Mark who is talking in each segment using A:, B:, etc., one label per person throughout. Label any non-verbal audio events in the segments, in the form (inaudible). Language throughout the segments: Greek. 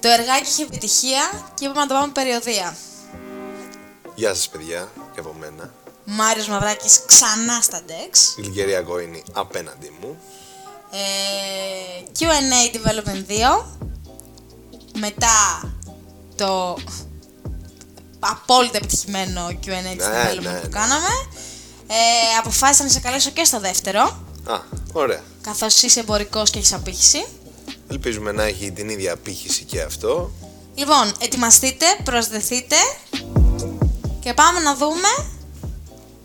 A: Το εργάκι είχε επιτυχία και είπαμε να το πάμε περιοδία.
B: Γεια σας παιδιά και από μένα.
A: Μάριος Μαυράκης ξανά στα DEX.
B: Η Λιγερία Γκόινη απέναντι μου.
A: Ε, Q&A Development 2. Μετά το απόλυτα επιτυχημένο Q&A της
B: Ναι,
A: Development
B: ναι,
A: που
B: ναι.
A: κάναμε. Ε, αποφάσισα να σε καλέσω και στο δεύτερο,
B: Α, ωραία.
A: καθώς είσαι εμπορικός και έχεις απήχηση.
B: Ελπίζουμε να έχει την ίδια απήχηση και αυτό.
A: Λοιπόν, ετοιμαστείτε, προσδεθείτε και πάμε να δούμε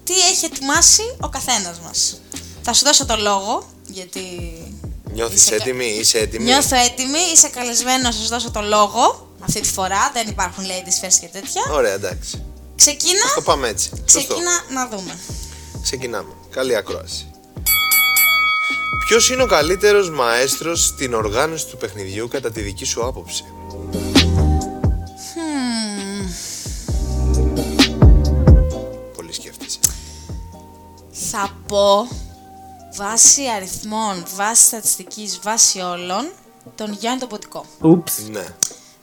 A: τι έχει ετοιμάσει ο καθένας μας. Θα σου δώσω το λόγο, γιατί
B: Νιώθεις
A: Είσαι κα-
B: έτοιμη, είσαι έτοιμη.
A: νιώθω έτοιμη, είσαι καλεσμένος να σας δώσω το λόγο. Αυτή τη φορά δεν υπάρχουν ladies first και τέτοια.
B: Ωραία, εντάξει.
A: Ξεκίνα,
B: Το πάμε έτσι. Σωστό.
A: ξεκίνα να δούμε.
B: Ξεκινάμε. Καλή ακρόαση. Ποιος είναι ο καλύτερος μαέστρος στην οργάνωση του παιχνιδιού κατά τη δική σου άποψη.
A: Μμμ,
B: Πολύ σκέφτεσαι.
A: θα πω βάσει αριθμών, βάσει στατιστικής, βάσει όλων, τον Γιάννη τον Ποτικό.
C: Ούψ.
B: Ναι.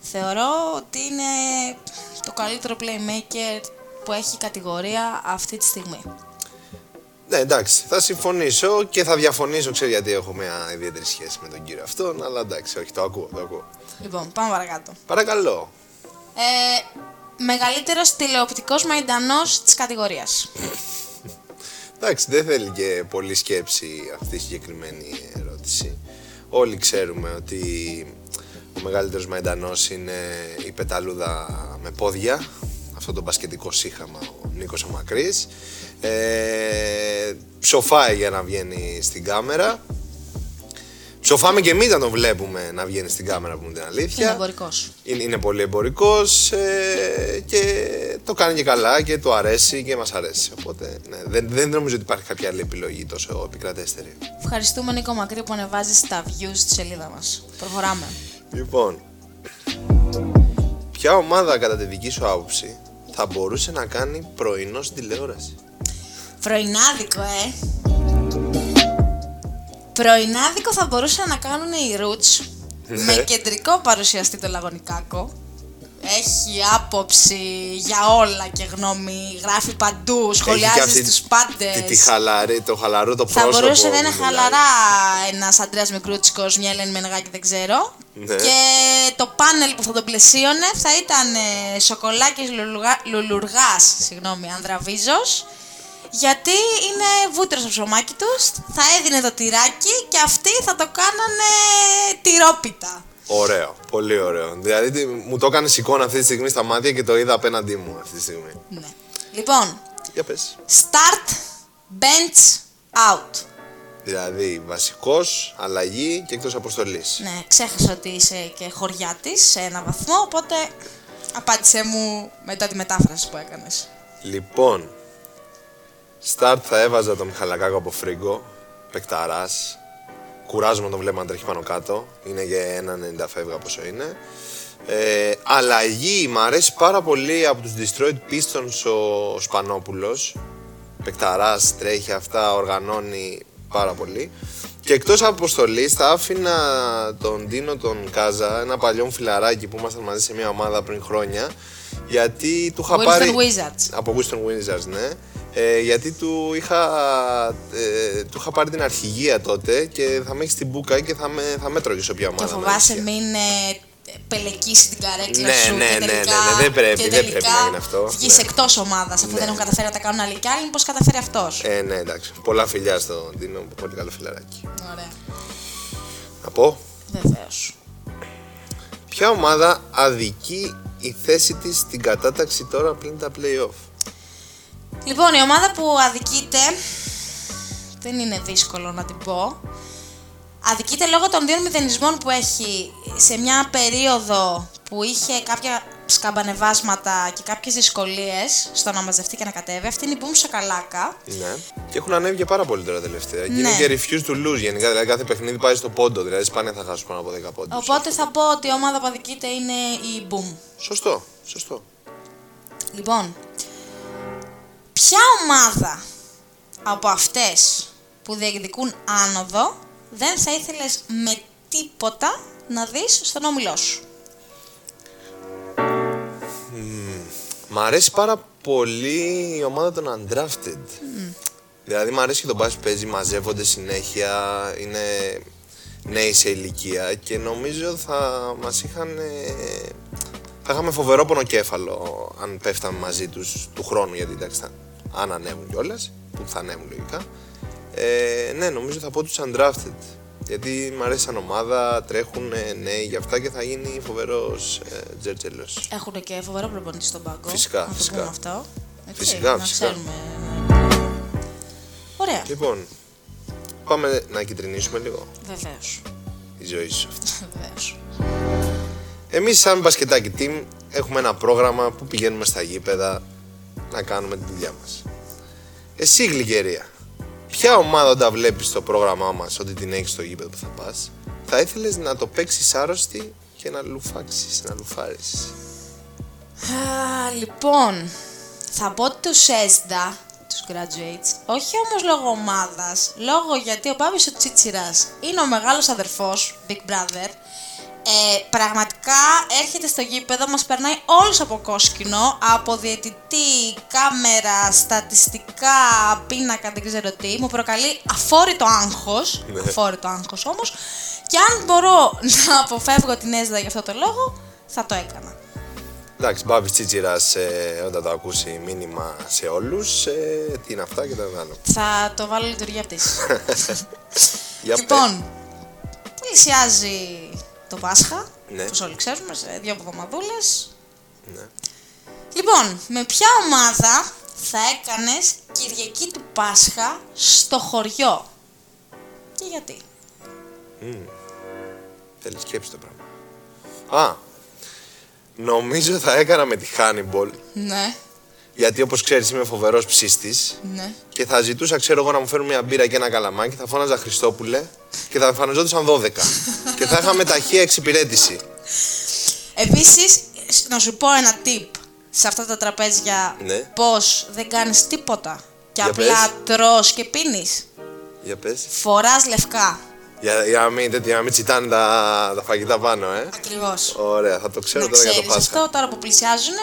A: Θεωρώ ότι είναι το καλύτερο playmaker που έχει η κατηγορία αυτή τη στιγμή.
B: Ναι, εντάξει, θα συμφωνήσω και θα διαφωνήσω. Ξέρω γιατί έχω μια ιδιαίτερη σχέση με τον κύριο αυτόν, αλλά εντάξει, όχι, το ακούω, το ακούω.
A: Λοιπόν, πάμε παρακάτω.
B: Παρακαλώ.
A: Ε, μεγαλύτερος τηλεοπτικός μαϊντανός της κατηγορίας.
B: Εντάξει, δεν θέλει και πολλή σκέψη αυτή η συγκεκριμένη ερώτηση. Όλοι ξέρουμε ότι ο μεγαλύτερος Μαϊντανός είναι η πεταλούδα με πόδια, αυτό το μπασκετικό σύχαμα ο Νίκος ο Μακρύς. Ε, ψοφάει για να βγαίνει στην κάμερα. Ψοφάμε και εμείς να τον βλέπουμε να βγαίνει στην κάμερα, που την αλήθεια.
A: Είναι εμπορικός.
B: Είναι, είναι πολύ εμπορικός ε, και το κάνει και καλά και του αρέσει και μας αρέσει. Οπότε ναι, δεν, δεν νομίζω ότι υπάρχει κάποια άλλη επιλογή τόσο επικρατέστερη.
A: Ευχαριστούμε Νίκο Μακρύ που ανεβάζεις τα views στη σελίδα μας. Προχωράμε.
B: Λοιπόν, ποια ομάδα κατά τη δική σου άποψη θα μπορούσε να κάνει πρωινό στην τηλεόραση.
A: Πρωινάδικο, ε! Πρωινάδικο θα μπορούσαν να κάνουν οι Roots με
B: Ναι.
A: κεντρικό παρουσιαστή το Λαγωνικάκο. Έχει άποψη για όλα και γνώμη, γράφει παντού, σχολιάζει στους
B: τη,
A: πάντες.
B: τη χαλαρή, το χαλαρό το
A: θα
B: πρόσωπο.
A: μπορούσε να είναι
B: που μιλάει.
A: χαλαρά ένας Αντρέας Μικρούτσικος, μια Ελένη Μενεγάκη, δεν ξέρω.
B: Ναι.
A: Και το πάνελ που θα τον πλαισίωνε θα ήταν ε, σοκολάκης λουλουγα- λουλουργάς, συγγνώμη, Ανδραβίζος. Γιατί είναι βούτυρο στο ψωμάκι τους, θα έδινε το τυράκι και αυτοί θα το κάνανε τυρόπιτα.
B: Ωραίο, πολύ ωραίο. Δηλαδή τι- μου το έκανες εικόνα αυτή τη στιγμή στα μάτια και το είδα απέναντί μου αυτή τη στιγμή.
A: Ναι. Λοιπόν,
B: Για πες.
A: start, bench, out.
B: Δηλαδή βασικός, αλλαγή και εκτός αποστολής.
A: Ναι, ξέχασα ότι είσαι και χωριά τη σε ένα βαθμό, οπότε απάντησέ μου μετά τη μετάφραση που έκανες.
B: Λοιπόν, start θα έβαζα τον Μιχαλακάκο από φρίγκο. Πεκταρά. Κουράζομαι να τον βλέπω να τρέχει πάνω κάτω. Είναι για έναν 90 φεύγα πόσο είναι. Ε, αλλαγή, μ' αρέσει πάρα πολύ από τους Destroyed Pistons ο, ο Σπανόπουλος. Πεκταράς, τρέχει αυτά, οργανώνει πάρα πολύ. Και εκτός από αποστολής θα άφηνα τον Ντίνο τον Κάζα, ένα παλιό μου φιλαράκι που ήμασταν μαζί σε μια ομάδα πριν χρόνια, γιατί του είχα
A: Winston
B: πάρει...
A: Wizards.
B: Από Winston Wizards, ναι. Ε, γιατί του είχα, ε, του είχα πάρει την αρχηγία τότε και θα με έχεις στην μπουκα και θα με, θα με τρώγες όποια ομάδα.
A: Και
B: με
A: φοβάσαι
B: έτυχε.
A: μην ε, πελεκίσει την καρέκλα
B: Ναι,
A: σου.
B: ναι,
A: και
B: ναι,
A: τελικά,
B: ναι, ναι, δεν πρέπει,
A: και
B: δεν
A: τελικά
B: πρέπει να γίνει αυτό.
A: Βγεις
B: Ναι.
A: εκτός ομάδας, αφού
B: Ναι.
A: δεν έχουν καταφέρει να τα κάνουν άλλοι κι άλλοι, μήπως καταφέρει αυτός.
B: Ε, ναι, εντάξει. Πολλά φιλιά στον Ντίνο, πολύ καλό φιλαράκι.
A: Ωραία.
B: Να πω.
A: Βεβαίως.
B: Ποια ομάδα αδικεί η θέση της στην κατάταξη τώρα πλην τα play-off.
A: Λοιπόν, η ομάδα που αδικείται. Δεν είναι δύσκολο να την πω. Αδικείται λόγω των δύο μηδενισμών που έχει σε μια περίοδο που είχε κάποια σκαμπανεβάσματα και κάποιες δυσκολίες στο να μαζευτεί και να κατέβει. Αυτή είναι η Μπούμ Σακαλάκα.
B: Ναι. Και έχουν ανέβει και πάρα πολύ τώρα τελευταία. Και
A: Ναι.
B: είναι και refuse to lose γενικά. Δηλαδή κάθε παιχνίδι πάει στο πόντο. Δηλαδή σπάνια θα χάσουν πάνω από 10 πόντους.
A: Οπότε θα πω ότι η ομάδα που αδικείται είναι η Μπούμ.
B: Σωστό. Σωστό.
A: Λοιπόν, ποια ομάδα από αυτές που διεκδικούν άνοδο δεν θα ήθελες με τίποτα να δεις στον όμιλό σου.
B: Μ' αρέσει πάρα πολύ η ομάδα των Undrafted. Δηλαδή, μ' αρέσει και το μπάσκετ που παίζει, μαζεύονται συνέχεια, είναι νέοι σε ηλικία και νομίζω θα μας είχαν. ε, Θα είχαμε φοβερό πονοκέφαλο αν πέφταμε μαζί τους του χρόνου, γιατί εντάξει, θα- αν ανέβουν κιόλας, που θα ανέβουν λογικά. Ε, ναι, νομίζω θα πω τους Undrafted. Γιατί μ' αρέσει σαν ομάδα, τρέχουν ε, νέοι για αυτά και θα γίνει φοβερός ε, τζέρτζελος.
A: Έχουν και φοβερό προπονητή στον πάγκο.
B: Φυσικά,
A: να το
B: φυσικά.
A: Πούμε αυτό. Έτσι,
B: Φυσικά,
A: να
B: φυσικά.
A: Ξέρουμε. Ωραία,
B: Λοιπόν, πάμε να κυτρινίσουμε λίγο
A: βεβαίως. (laughs)
B: η ζωή σου αυτή.
A: Βεβαίως.
B: Εμείς σαν μπασκετάκι team έχουμε ένα πρόγραμμα που πηγαίνουμε στα γήπεδα να κάνουμε τη δουλειά μας. Εσύ Γλυκερία, ποια ομάδα όταν βλέπεις στο πρόγραμμά μας ότι την έχεις στο γήπεδο που θα πας, θα ήθελες να το παίξεις άρρωστη και να λουφάξεις, να λουφάρεις.
A: Α, λοιπόν, θα πω τους ΕΣΔΑ, τους graduates, όχι όμως λόγω ομάδας, λόγω γιατί ο Πάπης ο Τσίτσιρας είναι ο μεγάλος αδερφός, Big Brother, ε, πραγματικά έρχεται στο γήπεδο, μας περνάει όλους από κόσκινο, από διαιτητή, κάμερα, στατιστικά, πίνακα, δεν ξέρω τι, μου προκαλεί αφόρητο άγχος,
B: Ναι.
A: αφόρητο άγχος όμως, και αν μπορώ να αποφεύγω την ΕΣΔΑ για αυτό το λόγο, θα το έκανα.
B: Εντάξει, Μπάβης Τσίτσιρας ε, όταν το ακούσει μήνυμα σε όλους, ε, τι είναι αυτά και τα βγάλω.
A: Θα το βάλω λειτουργία αυτής.
B: Για πε.
A: λοιπόν, πλησιάζει το Πάσχα.
B: Ναι.
A: Όπως όλοι ξέρουμε, σε δύο εβδομαδούλες.
B: Ναι.
A: Λοιπόν, με ποια ομάδα θα έκανες Κυριακή του Πάσχα στο χωριό. Και γιατί.
B: Θέλεις σκέψη το πράγμα. Α, νομίζω θα έκανα με τη Hannibal,
A: Ναι,
B: γιατί όπως ξέρεις είμαι φοβερός ψήστης
A: ναι.
B: και θα ζητούσα, ξέρω εγώ, να μου φέρουν μια μπύρα και ένα καλαμάκι, θα φώναζα Χριστόπουλε και θα εμφανιζόντουσαν 12 και θα είχαμε ταχεία εξυπηρέτηση.
A: Επίσης, να σου πω ένα tip σε αυτά τα τραπέζια.
B: Ναι.
A: Πως δεν κάνεις τίποτα. Και
B: Για
A: απλά
B: πες.
A: τρως και πίνεις.
B: Για πες.
A: Φοράς λευκά.
B: Για, για, να, μην, τέτοια, να μην τσιτάνε τα, τα φαγητά πάνω, ε.
A: Ακριβώς.
B: Ωραία, θα το ξέρω
A: να
B: τώρα για το
A: ξέρεις
B: Πάσχα.
A: αυτό, τώρα που πλησιάζουν,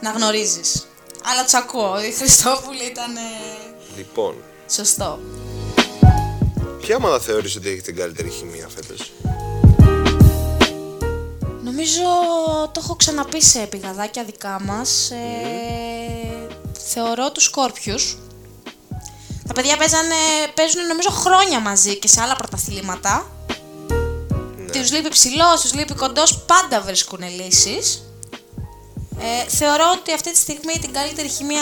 A: να γνωρίζεις. Αλλά τους ακούω, η Χριστόπουλη ήταν ε,
B: Λοιπόν,
A: σωστό.
B: ποια ομάδα θεωρείς ότι έχει την καλύτερη χημεία φέτος.
A: Νομίζω το έχω ξαναπεί σε πηγαδάκια δικά μας. Ε, Θεωρώ τους Σκόρπιους. Τα παιδιά παίζανε, παίζουν νομίζω χρόνια μαζί και σε άλλα πρωταθλήματα.
B: Ναι.
A: Τους λείπει ψηλός, τους λείπει κοντός, πάντα βρίσκουν λύσεις. Ε, θεωρώ ότι αυτή τη στιγμή την καλύτερη χημεία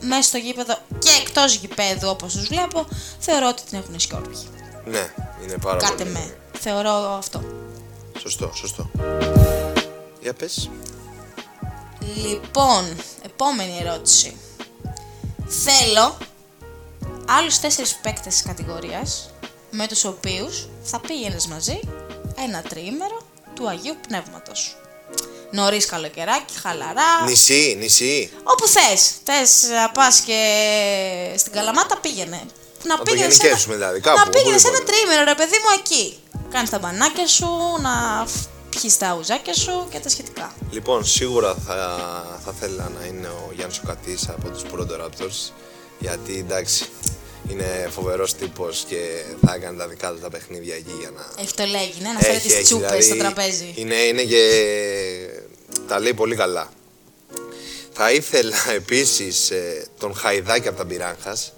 A: μέσα στο γήπεδο και εκτός γηπέδου όπως τους βλέπω, θεωρώ ότι την έχουν οι Σκόρπιοι.
B: Ναι, είναι πάρα
A: Κάτε
B: πολύ.
A: με. Θεωρώ αυτό.
B: Σωστό, σωστό. Για πες.
A: Λοιπόν, επόμενη ερώτηση. Θέλω άλλους τέσσερις παίκτες της κατηγορίας με τους οποίους θα πήγαινες μαζί ένα τριήμερο του Αγίου Πνεύματος. Νωρίς καλοκαιράκι, χαλαρά,
B: Νησί, νησί.
A: όπου θες. Θες να πας και στην Καλαμάτα πήγαινε. Να,
B: το
A: πήγαινες ένα-
B: γενικεύσουμε δηλαδή, κάπου,
A: να πήγαινε ένα
B: οπουδήποτε.
A: τριήμερο ρε παιδί μου εκεί. Κάνεις τα μπανάκια σου, να πιεις τα ουζάκια σου και τα σχετικά.
B: Λοιπόν, σίγουρα θα, θα θέλα να είναι ο Γιάννης ο Κατής από τους Toronto Raptors γιατί εντάξει, είναι φοβερός τύπος και θα έκανε τα δικά του τα παιχνίδια εκεί για να...
A: Έχει το λέγει, ναι, να φέρει τις τσούπες
B: δηλαδή,
A: στο τραπέζι.
B: Είναι, είναι και... τα λέει πολύ καλά. Θα ήθελα (laughs) επίσης ε, τον Χαϊδάκη από τα Μπυράγχας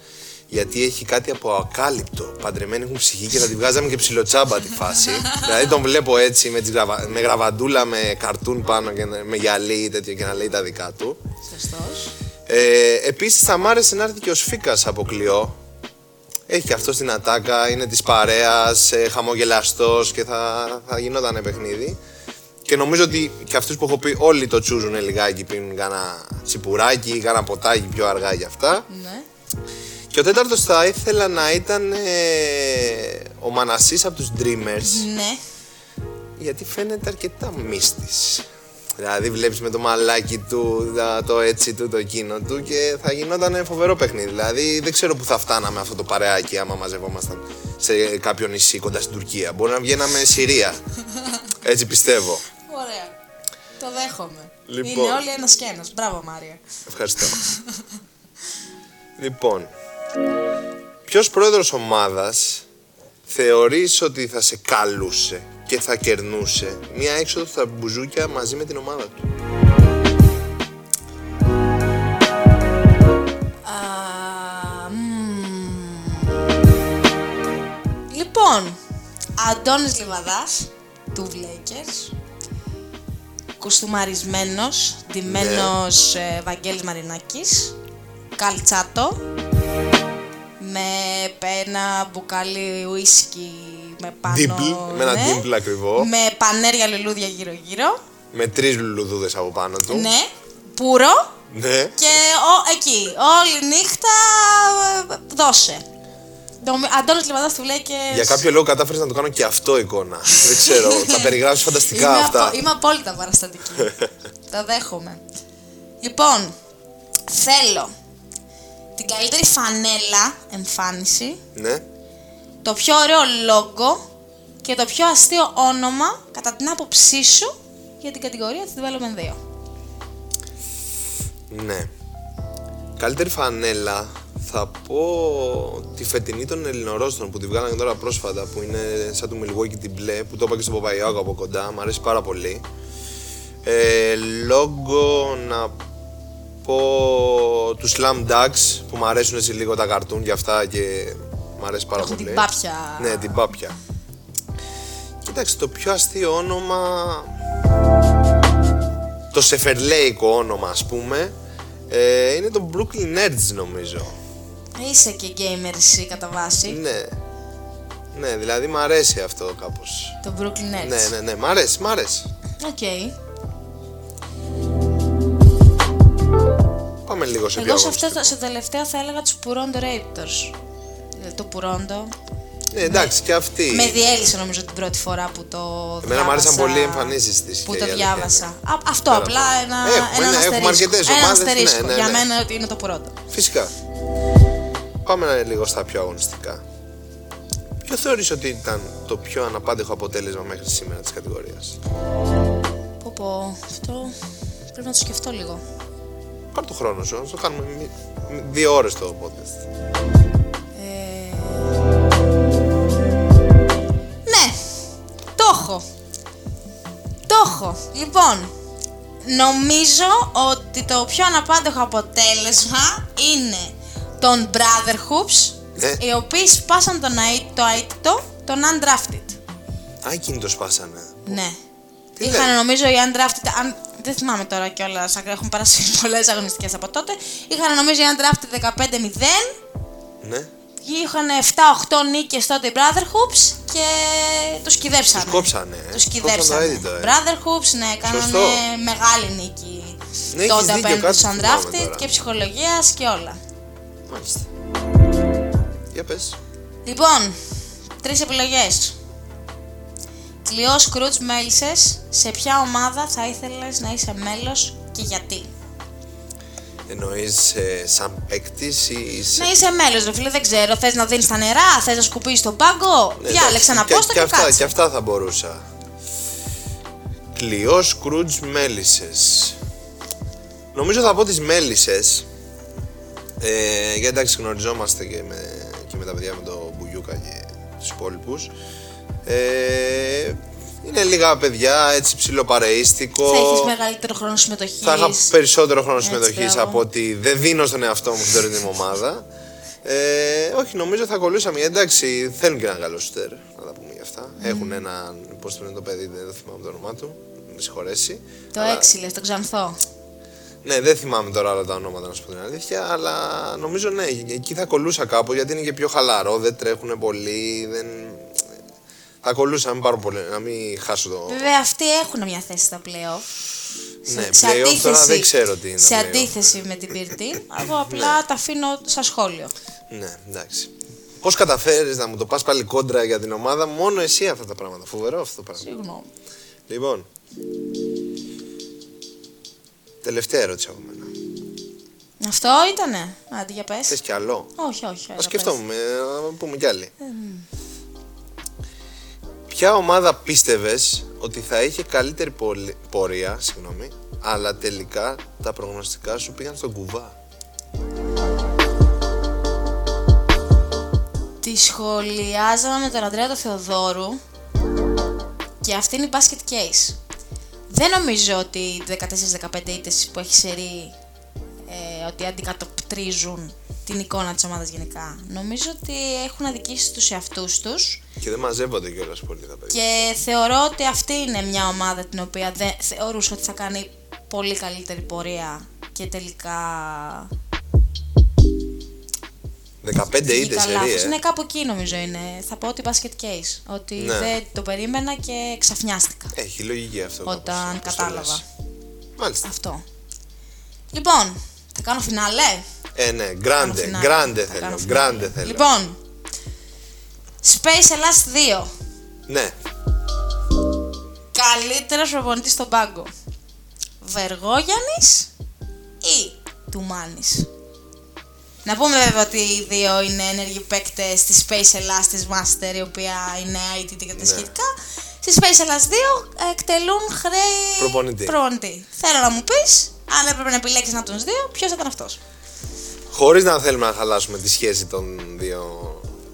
B: γιατί έχει κάτι από ακάλυπτο. Παντρεμένοι έχουν ψυχή και θα τη βγάζαμε και ψιλοτσάμπα τη
A: (laughs)
B: φάση. δηλαδή τον βλέπω έτσι με, τις γραβα... με γραβαντούλα, με καρτούν πάνω και να- με γυαλί ή τέτοιο και να λέει τα δικά του.
A: Σωστός.
B: Ε, Επίσης θα μ' άρεσε να έρθει και ο Σφίκας από κλειό. Έχει και αυτός την ατάκα, είναι της παρέας, ε, χαμογελαστός και θα, θα γινόταν παιχνίδι. Και νομίζω ότι και αυτούς που έχω πει, όλοι το τσούζουν λιγάκι, πίνουν κάνα τσιπουράκι ή κάνα ποτάκι πιο αργά για αυτά.
A: Ναι.
B: Και ο τέταρτος θα ήθελα να ήταν ε, ο Μανασής από τους Dreamers.
A: Ναι.
B: Γιατί φαίνεται αρκετά μύστης. Δηλαδή, βλέπεις με το μαλάκι του, τα- το έτσι του, το εκείνο του και θα γινόταν φοβερό παιχνίδι. Δηλαδή, δεν ξέρω που θα φτάναμε αυτό το παρεάκι άμα μαζευόμασταν σε κάποιο νησί κοντά στην Τουρκία. Μπορεί να βγαίναμε Συρία. Έτσι πιστεύω.
A: Ωραία. Το Το δέχομαι.
B: Λοιπόν.
A: Είναι όλοι ένας και ένας. Μπράβο, Μάρια.
B: Ευχαριστώ. λοιπόν, ποιος πρόεδρος ομάδας θεωρείς ότι θα σε καλούσε και θα κερνούσε μία έξοδο στα μπουζούκια μαζί με την ομάδα του.
A: Α, μμμ. Λοιπόν, Αντώνης Λιβαδάς του Βλέικερς κουστούμαρισμένος, ντυμένος
B: Ναι.
A: ε, Βαγγέλης Μαρινάκης καλτσάτο με ένα μπουκάλι ουίσκι με πάνω
B: Ντίμπλ, με ένα
A: ναι,
B: ντίμπλ ακριβό.
A: με πανέρια λουλούδια γύρω γύρω
B: Με τρεις λουλουδούδες από πάνω του.
A: ναι, πουρο
B: Ναι.
A: και ο, εκεί, όλη νύχτα ε, δώσε. Νομι- Αντώνης Λιβαδάς του λέει και... Ναι.
B: Για κάποιο λόγο κατάφερες να το κάνω και αυτό εικόνα. Δεν
A: (laughs)
B: ξέρω, τα περιγράφεις φανταστικά
A: Είμαι
B: αυτά.
A: απο- Είμαι απόλυτα
B: (laughs)
A: παραστατική. Τα δέχομαι. Λοιπόν, θέλω την καλύτερη φανέλα εμφάνιση,
B: Ναι.
A: το πιο ωραίο λόγο και το πιο αστείο όνομα κατά την άποψή σου για την κατηγορία του Development 2.
B: Ναι. Καλύτερη φανέλα θα πω τη φετινή των Ελληνορώσεων που τη βγάλανε τώρα πρόσφατα που είναι σαν του Milwaukee την μπλε που το είπα και στον Παπαϊάκο από κοντά, μου αρέσει πάρα πολύ. Ε, λόγο να πω τους Slam Ducks που μου αρέσουν έτσι λίγο τα καρτούν και αυτά και μου αρέσει πάρα
A: Έχουν
B: πολύ.
A: την πάπια.
B: Ναι, την πάπια. Κοίταξε, το πιο αστείο όνομα. Το σεφερλέικο όνομα, ας πούμε, ε, είναι το Brooklyn Nets, νομίζω.
A: Είσαι και gamer εσύ κατά βάση,
B: Ναι. Ναι, δηλαδή μ' αρέσει αυτό κάπως.
A: το Brooklyn Nets.
B: Ναι, ναι, ναι, μ' αρέσει, μ' αρέσει.
A: Οκ.
B: Πάμε λίγο σε πιο
A: Εγώ σε
B: αγωνιστικό.
A: αυτό το- στο τελευταίο θα έλεγα τους Πουρόντο Raptors. Δηλαδή, Το Πουρόντο.
B: Ναι, εντάξει, και αυτή.
A: Με διέλυσε νομίζω την πρώτη φορά που το διάβασα.
B: Εμένα μου άρεσαν πολύ οι εμφανίσεις της,
A: Που
B: η
A: το
B: αλήθεια
A: διάβασα. Α, αυτό
B: Πέρα
A: απλά
B: από-
A: ένα,
B: Έχουμε,
A: ένα
B: ναι, έχουμε
A: αστερίσκο.
B: αρκετές
A: ένα
B: ομάδες, ναι,
A: αστερίσκο.
B: ναι, ναι.
A: Για μένα ότι είναι το πρώτο.
B: Φυσικά. Πάμε λίγο στα πιο αγωνιστικά. Ποιο θεωρείς ότι ήταν το πιο αναπάντεχο αποτέλεσμα μέχρι σήμερα της κατηγορίας.
A: Πω πω, αυτό πρέπει να το σκεφτώ λίγο.
B: Πάρ το χρόνο σου, να το κάνουμε μι- μι- δύο ώρες το podcast.
A: Ε... Ναι, το έχω. Το έχω. Λοιπόν, νομίζω ότι το πιο αναπάντεχο αποτέλεσμα είναι των Brother Hoops,
B: Ναι.
A: οι οποίοι σπάσαν τον αίτητο, το αίτητο, τον Undrafted.
B: Α, εκείνοι το σπάσανε.
A: Ναι.
B: Τι
A: Είχαν
B: λέει?
A: νομίζω οι Undrafted, αν... δεν θυμάμαι τώρα κιόλας, έχουν περάσει (laughs) πολλές αγωνιστικές από τότε. Είχαν νομίζω οι Undrafted 15-0.
B: Ναι.
A: Είχαν 7-8 νίκες τότε οι Brother Hoops και τους κηδέψανε.
B: Τους κόψανε, ε.
A: Τους
B: Τους
A: κηδέψανε.
B: κόψανε το αίτητο, ε.
A: Brother Hoops, ναι, κάνανε
B: Σωστό.
A: μεγάλη νίκη.
B: Ναι, έχεις
A: τότε
B: δίκιο,
A: απέναντι
B: κάτι
A: στους
B: θυμάμαι
A: Undrafted
B: τώρα.
A: και ψυχολογίας και όλα.
B: Μάλιστα. Για πες.
A: Λοιπόν, τρεις επιλογές. Κλειό Σκρούτς μέλησες, σε ποια ομάδα θα ήθελες να είσαι μέλος και γιατί.
B: Εννοείς ε, σαν παίκτης ή σε...
A: Να είσαι μέλος, ρε φίλε, δεν ξέρω, θες να δίνεις τα νερά, θες να σκουπίσεις τον πάγκο,
B: Ναι,
A: διάλεξε
B: εντάξει,
A: ένα
B: και-
A: πόστο
B: και,
A: και,
B: αυτά, και
A: κάτσε.
B: αυτά θα μπορούσα. Κλειός Σκρούτζ Μέλισσες. Νομίζω θα πω τις Μέλισσες. Ε, γιατί εντάξει γνωριζόμαστε και με, και με τα παιδιά με το Μπουγιούκα και τους υπόλοιπους. Ε, είναι λίγα παιδιά, έτσι ψιλοπαρεΐστικο.
A: Θα έχεις μεγαλύτερο χρόνο συμμετοχής.
B: Θα είχα περισσότερο χρόνο συμμετοχής
A: μπράβο.
B: από ότι δεν δίνω στον εαυτό μου στην τωρινή μου ομάδα. Ε, όχι, νομίζω θα κολλούσαμε. Εντάξει, θέλουν και ένα καλό στέρ, να τα πούμε γι' αυτά. Έχουν ένα. Πώς το λένε το παιδί, δεν θυμάμαι το όνομά του. Με συγχωρέσει.
A: Το ε.
B: Αλλά-
A: έξι λες, το ξανθό.
B: Ναι, δεν θυμάμαι τώρα όλα τα ονόματα, να σου πω την αλήθεια. Αλλά νομίζω ναι, εκεί θα κολλούσα κάπου γιατί είναι και πιο χαλαρό. Δεν τρέχουν πολύ. Δεν... Θα κολλούσα, να μην, πάρω πολύ, να μην χάσω το.
A: Βέβαια αυτοί έχουν μια θέση στα playoff.
B: Ναι, playoff τώρα δεν ξέρω τι είναι.
A: σε
B: playoff.
A: αντίθεση με την
B: (laughs)
A: πυρτή, εγώ απλά τα αφήνω στα σχόλια.
B: Ναι, εντάξει. Πώς καταφέρεις να μου το πας πάλι κόντρα για την ομάδα, μόνο εσύ αυτά τα πράγματα. Φοβερό αυτό το πράγμα.
A: Συγγνώμη.
B: Λοιπόν. Τελευταία ερώτηση από μένα.
A: Αυτό ήτανε. Άντε για πες.
B: Θες κι άλλο.
A: Όχι, όχι.
B: Ας σκεφτόμαστε,
A: Ε, ναι.
B: να πούμε κι άλλοι. Ποια ομάδα πίστευες ότι θα είχε καλύτερη πολυ- πορεία, συγγνώμη, αλλά τελικά τα προγνωστικά σου πήγαν στον κουβά.
A: Τη σχολιάζαμε με τον Αντρέα τον Θεοδόρου και αυτή είναι η basket case. Δεν νομίζω ότι 14-15 ήττες που έχει σερή ε, ότι αντικατοπτρίζουν την εικόνα της ομάδας γενικά. Νομίζω ότι έχουν αδικήσει τους εαυτούς τους
B: Και δεν μαζεύονται κιόλας πολύ τα παιδιά.
A: και θεωρώ ότι αυτή είναι μια ομάδα την οποία δεν θεωρούσα ότι θα κάνει πολύ καλύτερη πορεία και τελικά
B: 15
A: βγήκα
B: ήττε
A: λάθος.
B: σερή, ε.
A: Ναι, κάπου εκεί νομίζω είναι. Θα πω ότι basket case. Ότι
B: Ναι.
A: δεν το περίμενα και ξαφνιάστηκα
B: Έχει λογική αυτό. κάπως,
A: όταν
B: όπως το λες.
A: κατάλαβα
B: Μάλιστα.
A: αυτό. Λοιπόν, θα κάνω φινάλε.
B: Ε, ναι,
A: Κάνω
B: γκράντε,
A: φινάλε.
B: γκράντε
A: Θα κάνω
B: θέλω.
A: φινάλε.
B: Γκράντε θέλω.
A: Λοιπόν, Space Ελλάς 2.
B: Ναι,
A: Καλύτερος προπονητής στον πάγκο. Βεργόγιαννης ή Τουμάνης. Να πούμε βέβαια ότι οι δύο είναι ένεργοι παίκτες της Space Ελλάς της Master, η οποία είναι IT και τα
B: Ναι.
A: σχετικά. Στη Space Ελλάς 2 εκτελούν χρέη
B: Προπονητή.
A: Θέλω να μου πεις, αν έπρεπε να επιλέξεις να τους δύο, ποιος θα ήταν αυτός.
B: χωρίς να θέλουμε να χαλάσουμε τη σχέση των δύο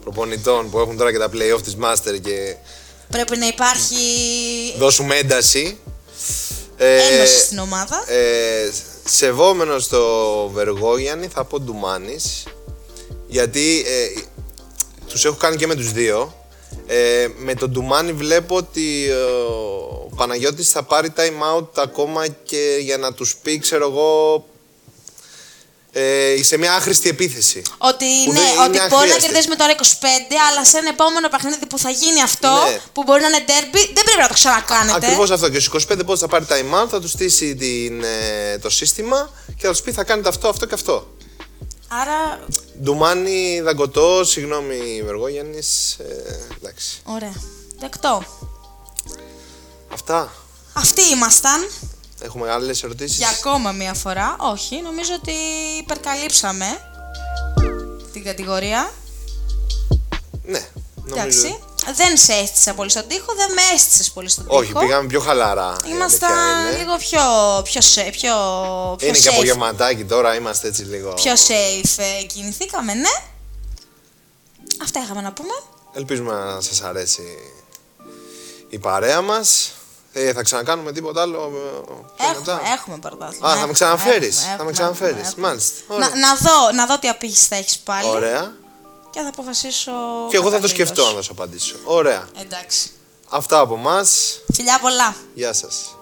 B: προπονητών που έχουν τώρα και τα play-off της Master και
A: Πρέπει να υπάρχει
B: δώσουμε ένταση. Ε,
A: ένωση Ε. στην ομάδα.
B: ε, σεβόμενος το Βεργόγιαννη θα πω Ντουμάνης γιατί ε, τους έχω κάνει και με τους δύο ε, με τον Ντουμάνη βλέπω ότι ε, ο Παναγιώτης θα πάρει time out ακόμα και για να τους πει ξέρω εγώ ε, σε μια άχρηστη επίθεση
A: Ότι,
B: Που
A: ναι,
B: δεν είναι
A: ότι μπορεί να
B: αχρίαστη.
A: κερδίσει με τώρα 25, αλλά σε ένα επόμενο παιχνίδι που θα γίνει αυτό,
B: Ναι.
A: που μπορεί να είναι derby, δεν πρέπει να το ξανακάνετε.
B: Ακριβώς αυτό. Και στου 25 πόντου θα πάρει time out, θα του στήσει την, ε, το σύστημα και θα τους πει θα κάνετε αυτό, αυτό και αυτό.
A: Άρα,
B: Ντουμάνι, δαγκωτό, συγγνώμη Βεργόγιαννη. Ε, εντάξει.
A: ωραία. Δεκτό.
B: Αυτά.
A: Αυτοί ήμασταν
B: Έχουμε άλλες ερωτήσεις.
A: για ακόμα μία φορά. Όχι, νομίζω ότι υπερκαλύψαμε την κατηγορία.
B: Ναι. Νομίζω...
A: Εντάξει. Δεν σε αίσθησα πολύ στον τοίχο, δεν με αίσθησε πολύ στον τοίχο.
B: Όχι, πήγαμε πιο χαλαρά. η αλήθεια
A: Ήμασταν
B: είναι.
A: λίγο πιο, πιο, σε- πιο, πιο
B: Είναι και
A: safe.
B: απογευματάκι τώρα, είμαστε έτσι λίγο.
A: Πιο safe ε, κινηθήκαμε, ναι. Αυτά είχαμε να πούμε.
B: Ελπίζουμε να σας αρέσει η παρέα μας. Ε, θα ξανακάνουμε τίποτα άλλο ε, πιο
A: Έχουμε,
B: μετά.
A: έχουμε πρωτάθλημα.
B: Α, θα με
A: έχουμε,
B: ξαναφέρεις.
A: έχουμε,
B: Θα με
A: έχουμε,
B: ξαναφέρεις.
A: έχουμε.
B: Μάλιστα. Ωραία.
A: Να, να, δω, να δω τι απήχηση θα έχεις πάλι
B: Ωραία.
A: και θα αποφασίσω.
B: Και εγώ θα το
A: καταλήλως.
B: σκεφτώ να σου απαντήσω. Ωραία.
A: Εντάξει.
B: Αυτά από εμά.
A: Φιλιά πολλά.
B: Γεια σας.